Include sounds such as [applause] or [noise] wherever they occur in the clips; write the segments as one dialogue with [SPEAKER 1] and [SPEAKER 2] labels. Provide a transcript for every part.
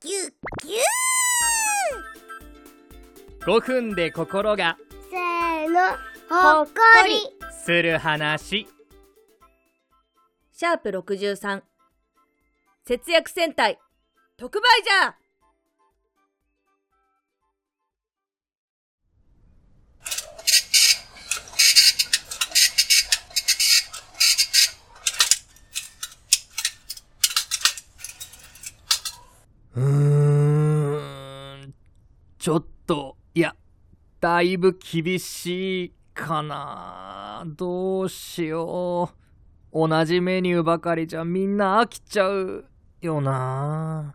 [SPEAKER 1] ぎゅー
[SPEAKER 2] 5分で心が
[SPEAKER 1] せーのほっこり
[SPEAKER 2] する話
[SPEAKER 3] シャープ63節約戦隊特売じゃ
[SPEAKER 2] うーんちょっといやだいぶ厳しいかなどうしよう同じメニューばかりじゃみんな飽きちゃうよな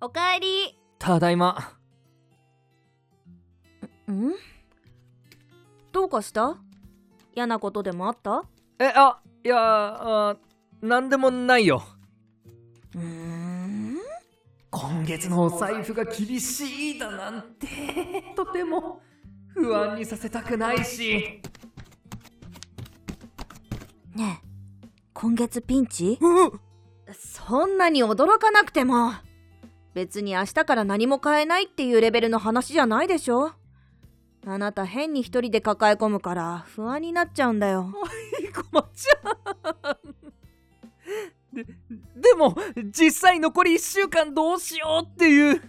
[SPEAKER 3] おかえり
[SPEAKER 2] ただいま
[SPEAKER 3] んどうかした嫌なことでもあった
[SPEAKER 2] えあいやあなんでもないよ
[SPEAKER 3] うーん
[SPEAKER 2] 今月のお財布が厳しいだなんてとても不安にさせたくないし
[SPEAKER 3] ねえ今月ピンチ
[SPEAKER 2] うん
[SPEAKER 3] そんなに驚かなくても別に明日から何も買えないっていうレベルの話じゃないでしょあなた変に一人で抱え込むから不安になっちゃうんだよ
[SPEAKER 2] こまちゃん [laughs] ででも実際残り1週間どうしようっていう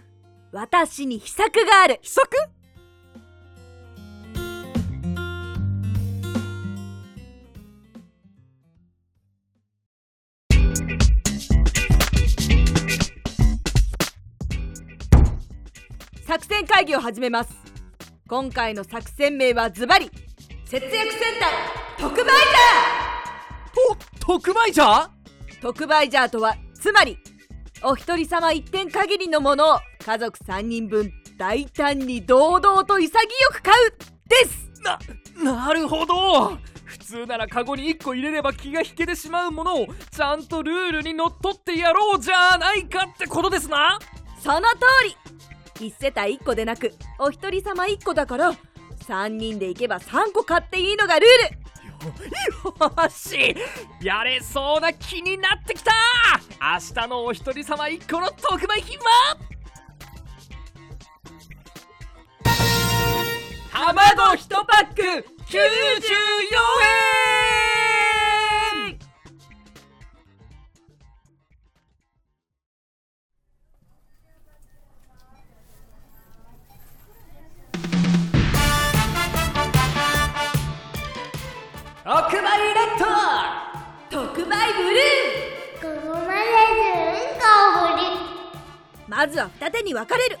[SPEAKER 3] 私に秘策がある
[SPEAKER 2] 秘策
[SPEAKER 3] 作戦会議を始めます今回の作戦名はズバリ節約戦隊特売ジ
[SPEAKER 2] と特売じゃ
[SPEAKER 3] ャー特売ジャーとはつまりお一人様一点限りのものを家族3人分大胆に堂々と潔く買うです
[SPEAKER 2] ななるほど普通ならカゴに1個入れれば気が引けてしまうものをちゃんとルールにのっとってやろうじゃないかってことですな
[SPEAKER 3] その通り一世帯1個でなくお一人様1個だから3人で行けば3個買っていいのがルール
[SPEAKER 2] よしやれそうな気になってきた明日のお一人様1個の特売品は卵1パック94円特売レッド
[SPEAKER 3] 特売ブルー
[SPEAKER 1] ここまでずんかおり
[SPEAKER 3] まずは二手に分かれる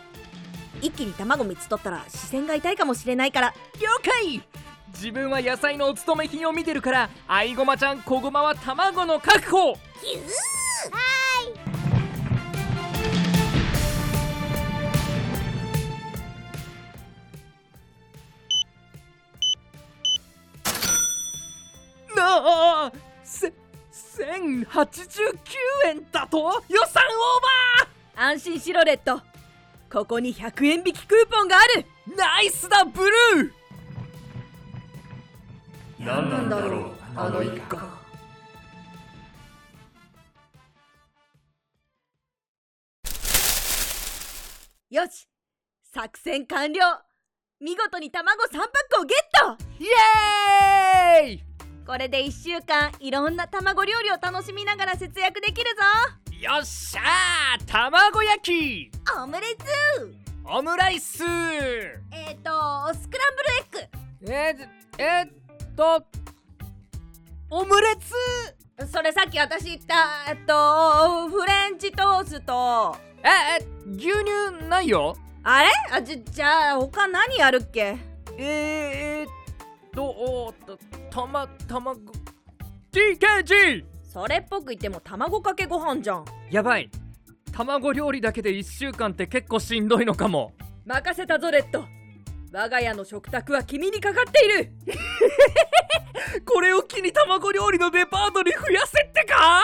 [SPEAKER 3] 一気に卵3つ取ったら視線が痛いかもしれないから
[SPEAKER 2] 了解自分は野菜のお勤め品を見てるから愛ごまちゃん小ごまは卵の確保
[SPEAKER 1] ぎゅー
[SPEAKER 2] なあせ1089円だと予算オ
[SPEAKER 3] 安心しろレッドここに100円引きクーポンがある
[SPEAKER 2] ーバーナイスだブルー何
[SPEAKER 3] なんだろうあの一家よし作戦完了見事に卵3パックをゲット
[SPEAKER 2] イエーイ
[SPEAKER 3] これで1週間いろんな卵料理を楽しみながら節約できる
[SPEAKER 2] よっしゃー卵焼き
[SPEAKER 3] ぞオムレツ
[SPEAKER 2] オムライスえ
[SPEAKER 3] えっ、とスクランブルエ
[SPEAKER 2] ーえーっとオムレツ
[SPEAKER 3] ッグそれさっき私言ったえっとフレンチトースト
[SPEAKER 2] ええ牛乳ないよ
[SPEAKER 3] あれあじじゃあ他何やるっけ
[SPEAKER 2] えー、えーっとおーっとたまたまご TKG
[SPEAKER 3] それっぽく言っても卵かけご飯じゃん
[SPEAKER 2] やばい卵料理だけで1週間って結構しんどいのかも
[SPEAKER 3] 任せたぞレッド我が家の食卓は君にかかっている [laughs]
[SPEAKER 2] これを機に卵料理のデパートに増やせってか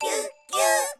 [SPEAKER 1] ぎゅーぎゅー